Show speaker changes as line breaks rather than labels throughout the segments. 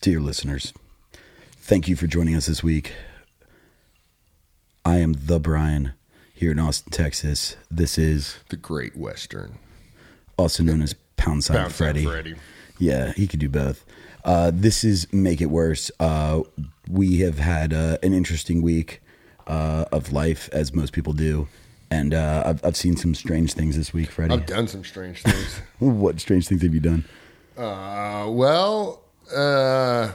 Dear listeners, thank you for joining us this week. I am the Brian here in Austin, Texas. This is
The Great Western.
also known as Pound Sign
Pound sign
Freddy.
Freddy.
Yeah, he could do both. Uh, this is Make It Worse. Uh, we have had uh, an interesting week uh, of life, as most people do. And uh, I've, I've seen some strange things this week, Freddie.
I've done some strange things.
What strange things have you done?
Uh, well, uh,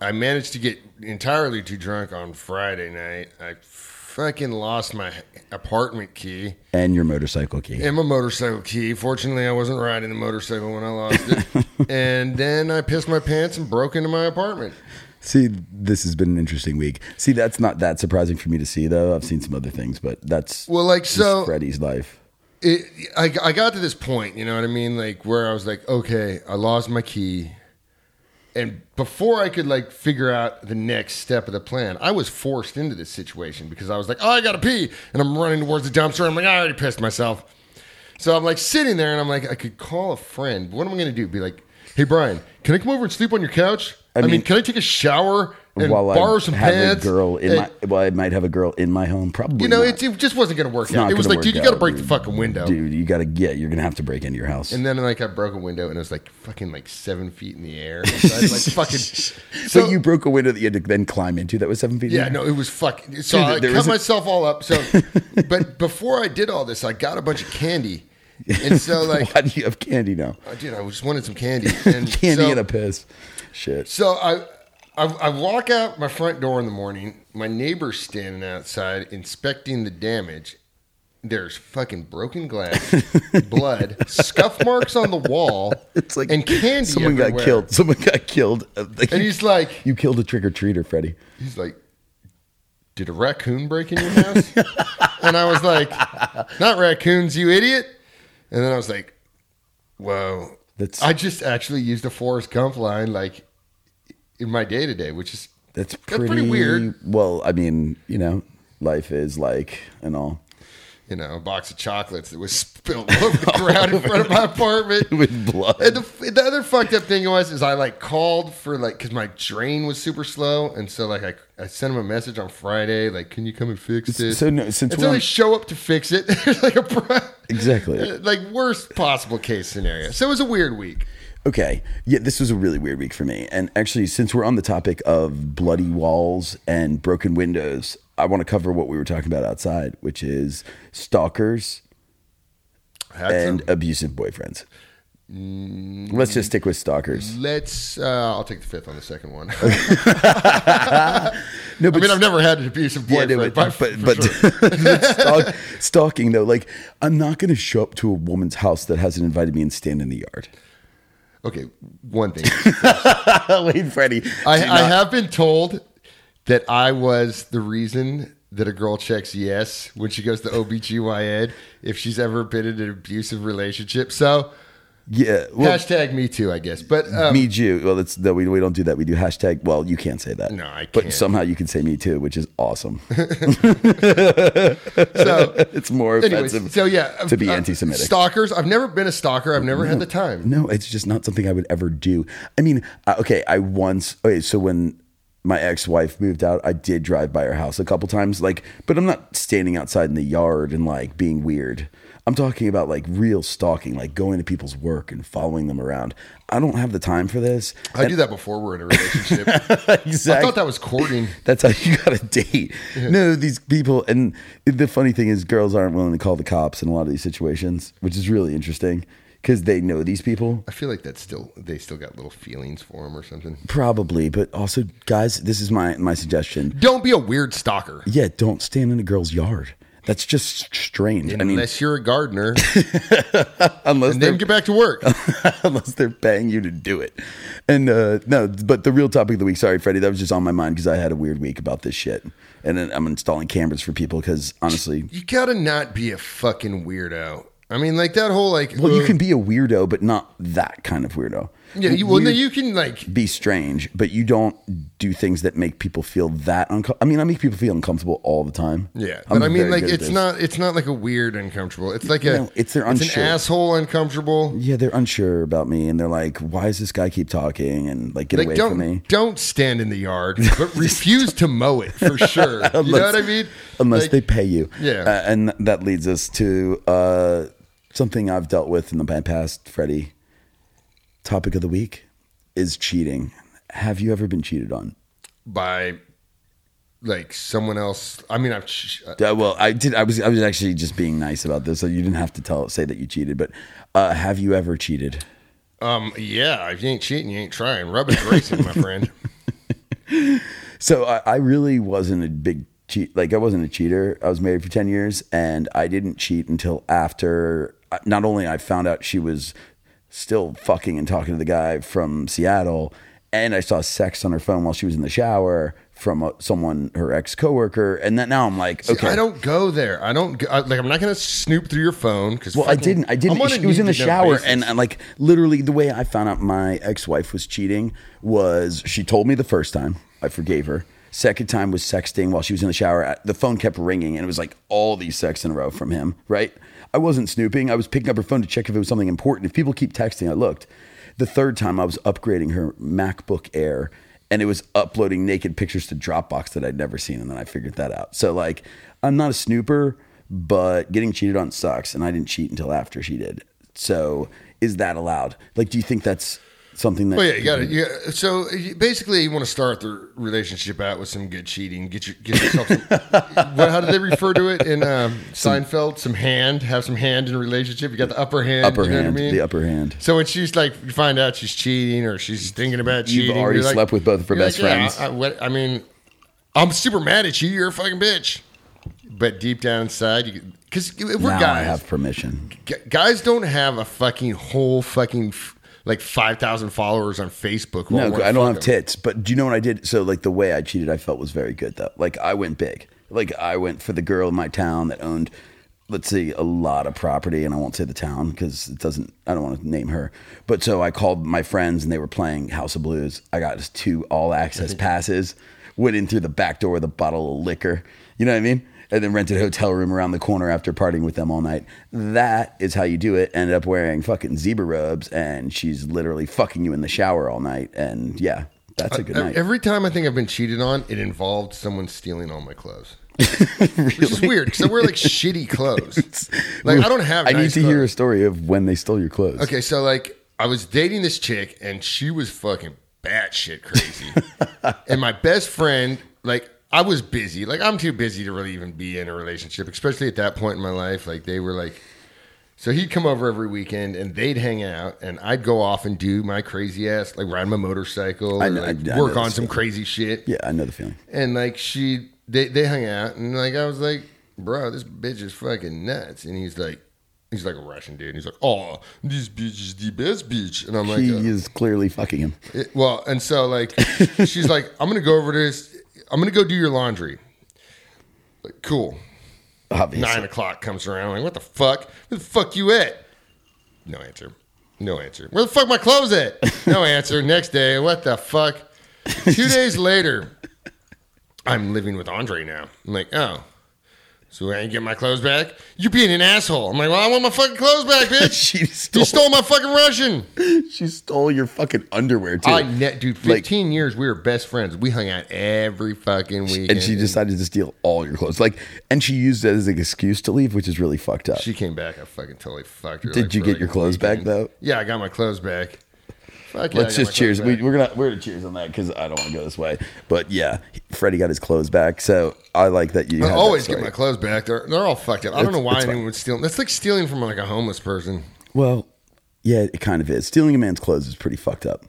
I managed to get entirely too drunk on Friday night. I fucking lost my apartment key
And your motorcycle key.
and my motorcycle key. Fortunately, I wasn't riding the motorcycle when I lost it. and then I pissed my pants and broke into my apartment.
See, this has been an interesting week. See, that's not that surprising for me to see, though. I've seen some other things, but that's
Well, like,
just
so-
Freddie's life.
it, I, I got to this point, you know what I mean? Like where I was like, okay, I lost my key. And before I could like figure out the next step of the plan, I was forced into this situation because I was like, oh, I gotta pee. And I'm running towards the dumpster. I'm like, I already pissed myself. So I'm like sitting there and I'm like, I could call a friend. What am I gonna do? Be like, hey, Brian, can I come over and sleep on your couch? I, mean,
mean-
can I take a shower and
While
borrow
I
some
have
pants?
a girl in
and-
my, well, I might have a girl in my home. Probably,
you know,
not.
it, it just wasn't gonna work
It's
out.
not
It was
gonna
like, dude,
work
you gotta
out,
break
dude.
the fucking window.
dude. You gotta get. you're gonna have to break into your house.
And then like I broke a window and it was like fucking like seven feet in the air. So I had, like fucking.
so,
So,
you broke a window that you had to then climb into. That was seven feet.
Yeah,
in?
no, it was fucking. So
Dude,
I
there
cut
is a-
myself all up. So, but before I did all this, I got a bunch of candy, and so like,
Why do you have candy now?
oh, dude, I just wanted some candy. And
Candy
so,
and a piss. Shit.
So I, I, I walk out my front door in the morning. My neighbor's standing outside inspecting the damage. There's fucking broken glass, blood, scuff marks on the wall.
It's like
and candy.
Someone got
everywhere.
killed. Someone got killed. Uh, like,
And he's like,
you killed a trick or treater, Freddie.
he's like, did a raccoon break in your house? and I was like, not raccoons, you idiot. And then I was like, whoa.
That's-
I just actually used a Forrest Gump line like in my day to day, which is
That's
That's
pretty,
pretty weird.
Well, I mean, you know, life is like and all
you know a box of chocolates that was spilled all over the ground in front of my apartment.
with
And
blood.
the, the other fucked up thing was is I like called for like because my drain was super slow, and so like I, I sent him a message on Friday like, can you come and fix this?
so no, since
and
we're
so they
on-
show up to fix it. There's like a pro-
Exactly.
like worst possible case scenario. So it was a weird week.
Okay. Yeah, this was a really weird week for me. And actually, since we're on the topic of bloody walls and broken windows, I want to cover what we were talking about outside, which is stalkers
Had
and
some-
abusive boyfriends. Let's just stick with stalkers.
let's. Uh, I'll take the fifth on the second one.
No,
I mean, I've never had an abusive
Yeah,
boyfriend,
no,
but,
but but, but, stalk- stalking though, like I'm not going to show up to a woman's house that hasn't invited me and stand in the yard.
okay, one thing.
Wait, Freddie,
I,
do
I
not-
have been told that I was the reason that a girl checks yes when she goes to OBGYN if she's ever been in an abusive relationship. So
yeah. Well,
hashtag me too, I guess. But um,
me too. Well, that's that we, we don't do that. We do hashtag. Well, you can't say that.
No, I
But
can't.
somehow you can say me too, which is awesome.
so
it's more
anyways,
offensive.
so yeah.
to be
uh,
anti-Semitic. Mm.
Stalkers. I've never been a stalker. I've never had the time.
No, it's just not something I would ever do. I mean, I- okay, I once okay, so when my ex-wife moved out, I did drive by her house a couple times, like, but I'm not standing outside in the yard and like being weird. I'm talking about like real stalking, like going to people's work and following them around. I don't have the time for this.
I do that before we're in a relationship. I
Exactly.
thought that was courting.
That's how you got a date. No, these people, and the funny thing is, girls aren't willing to call the cops in a lot of these situations, which is really interesting because they know these people.
I feel like that's still they still got little feelings for him or something.
Probably, but also, guys, this is my my suggestion.
Don't be a weird stalker
Yeah, don't stand in a girl's yard. That's just strange. I mean,
unless you're a gardener,
unless
and then
they're,
get back to work.
unless they're paying you to do it. And uh, no, but the real topic of the week. Sorry, Freddie, that was just on my mind because I had a weird week about this shit. And then I'm installing cameras for people because honestly,
You gotta not be a fucking weirdo. I mean, like that whole like.
Well, you
uh,
can be a weirdo, but not that kind of weirdo.
Yeah, you, e- well, then you can like
be strange, but you don't do things that make people feel that uncomfortable. I mean, I make people feel uncomfortable all the time.
Yeah,
I'm
but i mean,
very
like
good at
it's
this.
not it's not like a weird uncomfortable. It's like a
No, it's their
an
unsure.
asshole uncomfortable.
Yeah, they're unsure about me, and they're like, "Why does this guy keep talking?" And like, get
Like
away
don't
from me.
don't stand in the yard, but refuse to mow it for sure. you know what I mean?
Unless
Like,
they pay you.
Yeah.
Uh, and that leads us to uh, something I've dealt with in the past, Freddie. Topic of the week is cheating. Have you ever been cheated on?
by like someone else. I mean, I've ch-
Uh, well, I did. I was. I was actually just being nice about this, so you didn't have to tell say that you cheated. But uh, have you ever cheated?
um yeah. If you ain't cheating, you ain't trying. Rubbish racing, my friend.
So I, I really wasn't a big cheat. Like I wasn't a cheater. I was married for ten years, and I didn't cheat until after. uh, Not only I found out she was still fucking and talking to the guy from Seattle, and I saw sex on her phone while she was in the shower from a, someone her ex coworker, and that now I'm like, okay,
I don't go there. I don't go, I, like. I'm not gonna snoop through your phone because
Well, I didn't. I didn't. She was in the shower, and uh, like literally, the way I found out my ex-wife was cheating was she told me the first time. I forgave her. Second time was sexting while she was in the shower. I- The phone kept ringing, and it was like all these sex in a row from him. Right? I wasn't snooping. I was picking up her phone to check if it was something important. If people keep texting, I looked. The third time, I was upgrading her MacBook Air. And it was uploading naked pictures to Dropbox that I'd never seen, and then I figured that out. So like, I'm not a snooper, but getting cheated on sucks and i didn't cheat until after she did so is that allowed like do you think that's something that
Well, Oh, yeah, you got it. Yeah. So you- basically, you want to start the relationship out with some good cheating. Get your get yourself. Some, what, how do they refer to it in um, Seinfeld? Some hand. Have some hand in a relationship. You got the upper hand.
upper
you know
hand
What I mean?
the upper hand
So when she's like, you find out she's cheating or she's thinking about
You've
cheating.
already
you're like-
slept with both of her
you're
best
like, yeah,
friends.
I, what, I mean, I'm super mad at you. You're a fucking bitch. But deep down inside, you because we're
now
guys.
i have permission
Gu- guys don't have a fucking whole fucking f- like 5,000 followers on Facebook. who
no
wanna
i don't have
fuck 'em.
tits but do you know what i did so like the way i cheated i felt was very good though like i went big like i went for the girl in my town that owned let's see a lot of property and i won't say the town because it doesn't i don't want to name her but so i called my friends and they were playing house of blues i got us two all access passes went in through the back door with a bottle of liquor you know what i mean and then rented a hotel room around the corner after partying with them all night. That is how you do it. Ended up wearing fucking zebra rubs, and she's literally fucking you in the shower all night. And yeah, that's a good
E-
night.
Every time I think I've been cheated on, it involved someone stealing all my clothes. Which is weird because I wear like shitty clothes. Like I don't have.
I need
nice
to hear a
clothes.
story of when they stole your clothes.
Okay, so like I was dating this chick and she was fucking batshit crazy. and my best friend, like I was busy. Like I'm too busy to really even be in a relationship, especially at that point in my life. Like they were like so he'd come over every weekend and they'd hang out and I'd go off and do my crazy ass like ride my motorcycle
I
or,
know- I-
like,
I know
work on
this
some
feeling.
crazy shit.
Yeah, I know the feeling.
And like she they they hung out and like I was like, bro, this bitch is fucking nuts. And he's like he's like a Russian dude. And he's like, Oh, this bitch is the best bitch. And I'm like,
She
uh,
is clearly fucking him.
it- well, and so like she's like, I'm gonna go over to this I'm gonna go do your laundry. Like, cool.
Obviously.
Nine o'clock comes around, like, what the fuck? Where the fuck you at? No answer. No answer. Where the fuck my clothes at? No answer. Next day, what the fuck? Two days later, I'm living with Andre now. I'm like, oh. So I ain't getting my clothes back? You being an asshole. I'm like, well, I want my fucking clothes back, bitch.
She
you
stole,
stole my fucking Russian.
she stole your fucking underwear too.
I net dude,
Like-
fifteen years we were best friends. We hung out every fucking weekend.
and she decided to steal all your clothes. Like, and she used it as an excuse to leave, which is really fucked up.
she came back. I fucking totally fucked her.
Did you
for,
get your
a
clothes back, though?
Yeah, I got my clothes back. Fuck yeah, I
Let's
got my
just cheers.
clothes
We,
back.
we're gonna we're gonna cheers on that because I don't want to go this way. But yeah, Freddie got his clothes back, so I like that you.
I
had that
always get
story.
my clothes back. They're they're all fucked up. I don't know why
it's fine.
anyone would steal. That's like stealing from like a homeless person.
Well, yeah, it kind of is. Stealing a man's clothes is pretty fucked up.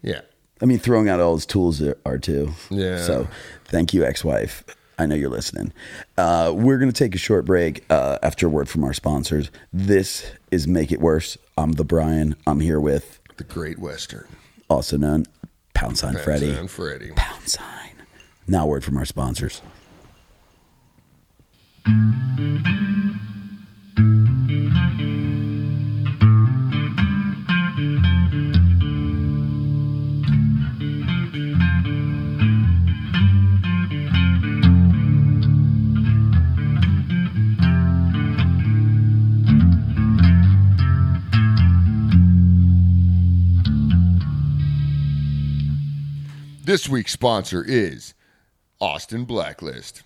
Yeah.
I mean, throwing out all his tools are- are too.
Yeah.
So, thank you, ex-wife. I know you're listening. Uh, we're gonna take a short break uh, after a word from our sponsors. This is Make It Worse. I'm the Brian. I'm here with
The Great Western.
also known Pound Sign Freddie.
And Freddy.
Pound Sign. Now, a word from our sponsors.
This week's sponsor is Austin Blacklist.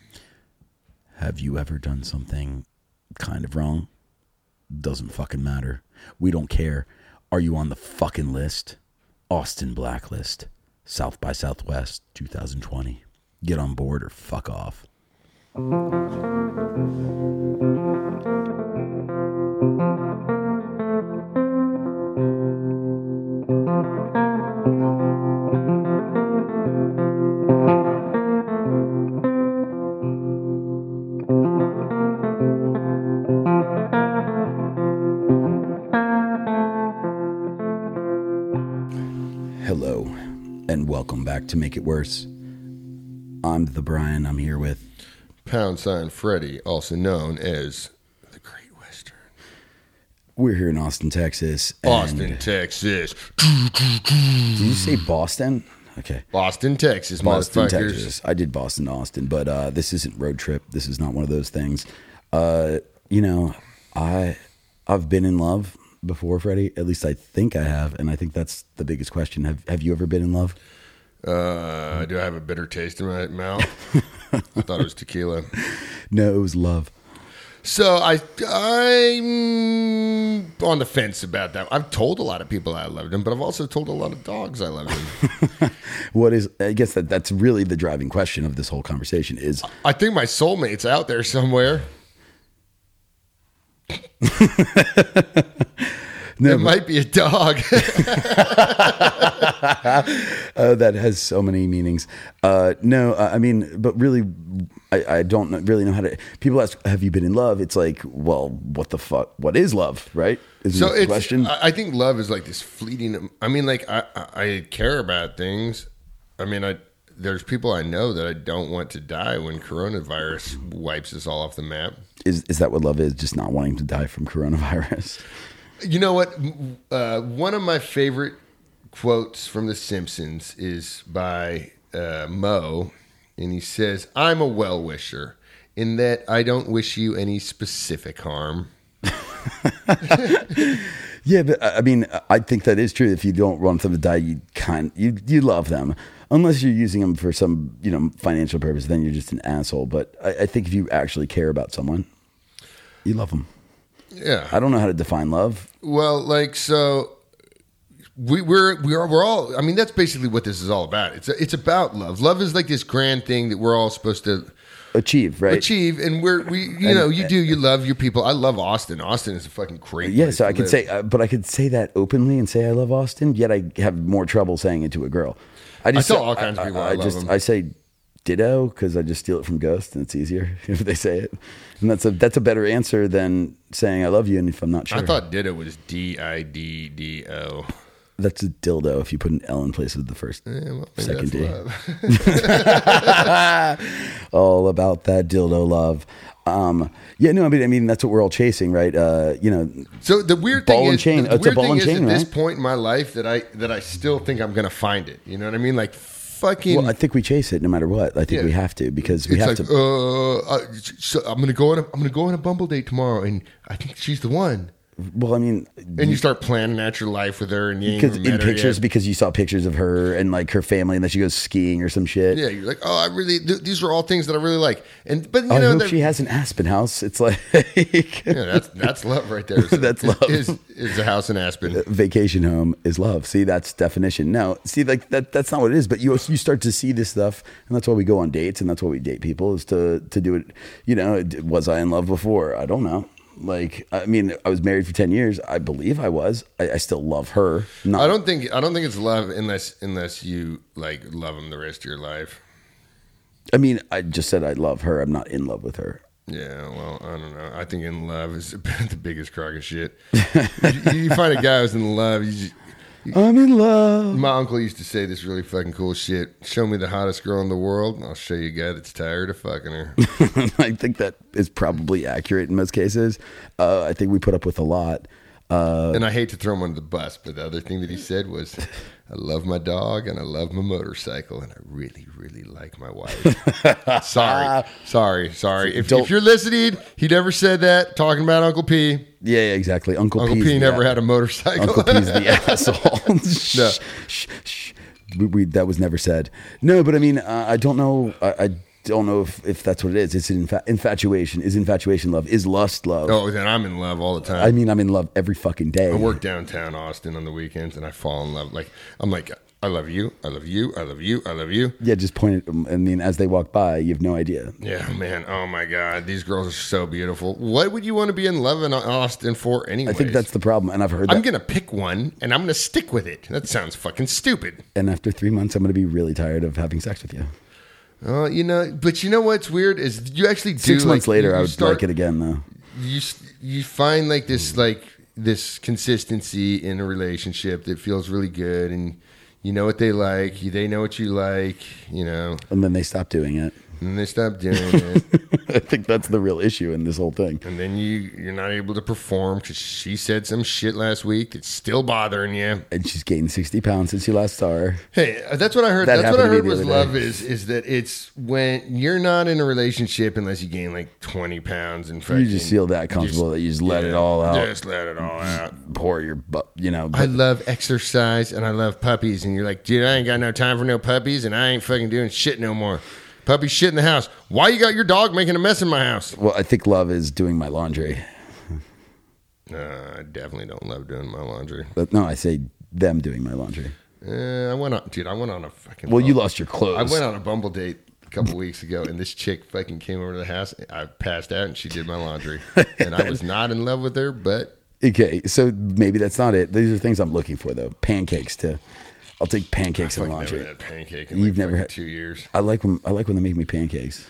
Have you ever done something kind of wrong? Doesn't fucking matter. We don't care. Are you on the fucking list? Austin Blacklist, South by Southwest 2020. Get on board or fuck off. Hello, and welcome back to Make It Worse. I'm the Brian. I'm here with
Pound sign Freddy, also known as the Great Western.
We're here in Austin, Texas. and-
Austin, Texas.
Did you say Boston? Okay.
Austin, Texas,
Boston,
motherfuckers.
Texas. I did Boston, to Austin, but uh, this isn't road trip. This is not one of those things. Uh, you know, I I've been in love before, Freddie. At least I think I have, and I think that's the biggest question. Have Have you ever been in love?
Uh, do I have a bitter taste in my mouth? I thought it was tequila.
No, it was love.
So I, I'm on the fence about that. I've told a lot of people I loved him, but I've also told a lot of dogs I loved him.
What is? I guess that that's really the driving question of this whole conversation. Is
I think my soulmate's out there somewhere.
No,
it might be a dog.
Uh, that has so many meanings. Uh, no, I I mean, but really, I, I don't know- really know how to. People ask, "Have you been in love?" It's like, well, what the fuck? What is love? Right? Is
so
the
it's,
question.
I, I think love is like this fleeting. I mean, like I, I, I care about things. I mean, I there's people I know that I don't want to die when coronavirus wipes us all off the map.
is is that what love is? Just not wanting to die from coronavirus.
You know what? Uh, one of my favorite quotes from The Simpsons is by uh, Mo, and he says, "I'm a well wisher in that I don't wish you any specific harm."
Yeah, but uh, I I mean, I think that is true. If you don't want them to die, you kind you you love them, unless you're using them for some you know financial purpose. Then you're just an asshole. But I, I think if you actually care about someone, you love them.
Yeah.
I don't know how to define love.
Well, like so, we, we're we are we're all. I mean, that's basically what this is all about. It's it's about love. Love is like this grand thing that we're all supposed to
Achieve right.
achieve, and we're we you know you do you love your people. I love Austin. Austin is a fucking great.
Yeah,
place
so
to
I could
live.
say, uh, but I could say that openly and say I love Austin. Yet I have more trouble saying it to a girl. just
tell all kinds of people I love
just
them.
I say ditto because I just steal it from Ghost, and it's easier if they say it. And that's a that's a better answer than saying I love you. And if I'm not sure,
I thought ditto was D I D D O.
that's a dildo if you put an L in place of the first second D. all about that dildo love. Um, yeah, no, I mean, I mean that's what we're all chasing, right? Uh, you know,
So the weird
Ball
thing
and
is,
chain.
the
It's a
weird
ball
thing
and
is
chain,
at this
right?
point in my life that I that I still think I'm gonna find it. You know what I mean? Like fucking.
well, I think we chase it no matter what. I think
Yeah.
we have to because we
it's
have
like,
to.
uh, I, so I'm gonna go on. A, I'm gonna go on a bumble date tomorrow, and I think she's the one.
Well, I mean,
And you start planning out your life with her, and you ain't
because
even
in
met her
pictures
yet.
because you saw pictures of her and like her family and then she goes skiing or some shit.
Yeah, you're like, oh, I really. Th- these are all things that I really like, and but you
Oh, I
know,
hope
that-
she has an Aspen house. It's like
yeah, that's that's love right there.
That's love.
Is is a house in Aspen.
vacation home is love. See, that's definition. No, see, like that that's not what it is. But you you start to see this stuff, and that's why we go on dates, and that's why we date people is to to do it. You know, d- was I in love before? I don't know. Like, I mean, I was married for ten years. I believe I was. I, I still love her. Not
I don't think I don't think it's love unless unless you like love him the rest of your life.
I mean, I just said I love her. I'm not in love with her.
Yeah, well, I don't know. I think in love is about the biggest crock of shit. you, you find a guy who's in love. You just,
I'm in love.
my uncle used to say this really fucking cool shit. Show me the hottest girl in the world, and I'll show you a guy that's tired of fucking her.
I think that is probably accurate in most cases. Uh, I think we put up with a lot. Uh,
and I hate to throw him under the bus, but the other thing that he said was, "I love my dog and I love my motorcycle, and I really, really like my wife." sorry, sorry, sorry. If,
Uh, Don't-
if you're listening, he never said that. Talking about Uncle P.
yeah, yeah, exactly. Uncle,
Uncle
P's
P
the
never
a-
had a motorcycle.
Uncle P's the asshole. shh,
No.
shh, shh. we, we, that was never said. No, but I mean, uh, I don't know. I, I don't know if, if that's what it is. It's an infa- infatuation. Is infatuation love? Is lust love?
Oh, then I'm in love all the time.
I mean, I'm in love every fucking day.
I work downtown Austin on the weekends, and I fall in love. Like I'm like, I love you, I love you, I love you, I love you.
Yeah, just point it. I mean, as they walk by, you have no idea.
Yeah, man. Oh my God, these girls are so beautiful. What would you want to be in love in Austin for anyway?
I think that's the problem, and I've heard that.
I'm gonna pick one, and I'm gonna stick with it. That sounds fucking stupid.
and after three months, I'm going to be really tired of having sex with you.
Uh, you know, but you know what's weird is you actually do,
Six months
like,
later,
you-
I
you
would
start-
like it again, though.
you s- you find like this like this consistency in a relationship that feels really good and you know what they like you- they know what you like you know
And then they stop doing it.
and then they stop doing it
I think that's the real issue in this whole thing.
and then you you're not able to perform because she said some shit last week that's still bothering you
And she's gained 60 pounds since you last saw her.
hey uh, that's what i heard
That
that's what
happened
i
to
heard
me the
was
other
love is is that it's when you're not in a relationship unless you gain like 20 pounds and
You
fucking
just feel that comfortable that you just let it all out,
just let it all out
pour your butt, you know.
I
But
love exercise and I love puppies. And you're like, dude, I ain't got no time for no puppies and I ain't fucking doing shit no more. Puppy shit in the house. Why you got your dog making a mess in my house?
well, I think love is doing my laundry.
Uh, I definitely don't love doing my laundry.
But no, I say them doing my laundry.
Uh, I went on, dude, I went on a fucking.
Well, you
bum-
lost your clothes.
Oh. I went on a bumble date a couple weeks ago and this chick fucking came over to the house. I passed out and she did my laundry. and I was not in love with her, but
Okay, so maybe that's not it. These are things I'm looking for, though. Pancakes, too. I'll take pancakes and
fucking never
laundry.
had pancake in
You've
like
never
fucking
had-
two years.
I like when I like when they make me pancakes.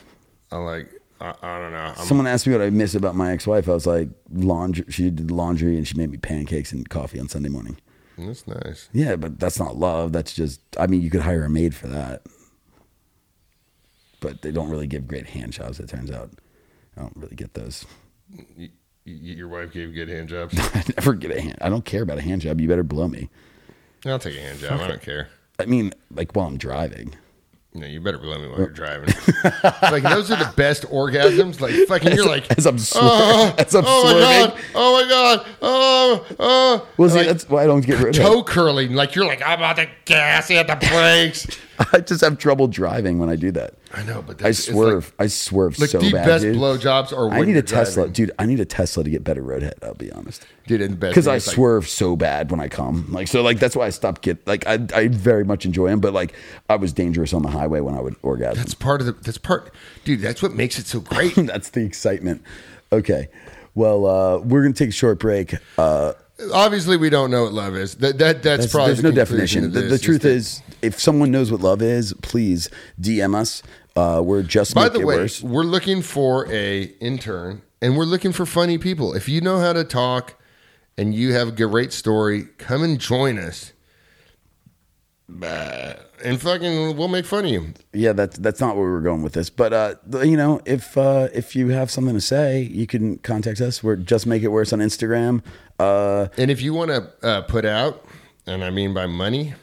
I like, I, I don't know. I'm,
Someone asked me what I miss about my ex-wife. I was like, laundry. She did laundry and she made me pancakes and coffee on Sunday morning.
that's nice.
Yeah, but that's not love. That's just. I mean, you could hire a maid for that. But they don't really give great hand jobs. It turns out, I don't really get those.
Y- y- your wife gave good hand jobs.
I never get a hand. I don't care about a hand job. You better blow me.
I'll take a hand job. I don't care.
I mean, like while I'm driving.
No, you better blow me while you're driving. like those are the best orgasms. Like fucking, you're like,
As I'm swerving.
oh,
as I'm
oh my
swerving.
god, oh my god, oh, oh.
Well, see,
like,
that's why I don't get rid of it.
toe curling. Like you're like, I'm about to gas at the brakes.
I just have trouble driving when I do that.
I know, but
I
that's, it's
swerve. I swerve
Like,
so
like the
bad.
best
dude.
blowjobs are. When
I need
you're
a Tesla,
driving.
dude. I need a Tesla to get better roadhead. I'll be honest,
dude. And the best
because
thing
I
is, like,
swerve so bad when I come. Like so, like that's why I stopped get. Like I, I very much enjoy them, but like I was dangerous on the highway when I would orgasm.
That's part of the. That's part, dude. That's what makes it so great.
that's the excitement. Okay, well, uh, we're gonna take a short break. Uh,
Obviously, we don't know what love is. That that that's,
that's-
probably
there's no
the conclusion
definition.
of
The,
this,
the truth
that-
is, if someone knows what love is, please DM us. Uh, we're just
By
Make
the
It
way,
Worse.
we're looking for a intern, and we're looking for funny people. If you know how to talk, and you have a great story, come and join us. Bah. And fucking, we'll make fun of you.
yeah, that's that's not where we were going with this. But uh, th- you know, if uh, if you have something to say, you can contact us. We're just make it worse on Instagram. Uh,
And if you want to uh, put out, and I mean by money,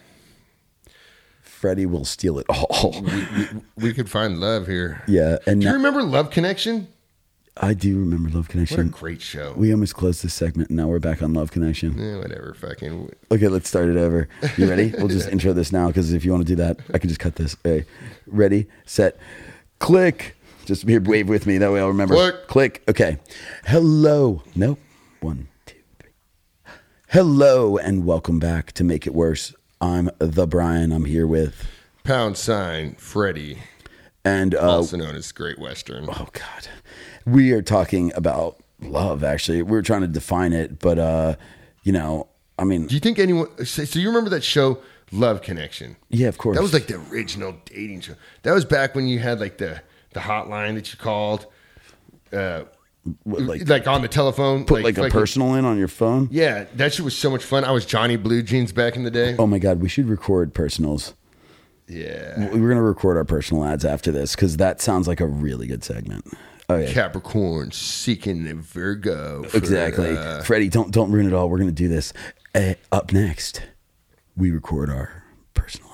Freddie will steal it all.
we could find love here.
yeah, and
Do you
now-
remember Love Connection?
I do remember Love
What a
Connection.
great show.
We almost closed this segment. and Now we're back on Love Connection.
Eh, whatever, fucking.
Okay, let's start it over. You ready? We'll just intro this now because if you want to do that, I can just cut this. Okay. Ready, set, click. Just here, wave with me. That way I'll remember.
Click.
Click. Okay. Hello. Nope. One, two, three. Hello and welcome back to Make It Worse. I'm the Brian. I'm here with
Pound sign Freddie,
and uh,
also known as Great Western.
oh god we are talking about love actually we are trying to define it but uh you know i mean
Do you think anyone? So so you remember that show, Love Connection?
yeah of course
That was like the original dating show. That was back when you had like the the hotline that you called, uh,
What, like
like, on the telephone.
put like, a personal in on your phone
Yeah, that shit was so much fun. I was Johnny Blue Jeans back in the day.
oh my god we should record personals
Yeah,
we're gonna record our personal ads after this because that sounds like a really good segment Oh, okay
Capricorn seeking a Virgo. for,
exactly
uh,
freddie Eh, don't don't ruin it all we're gonna do this uh, up next we record our personal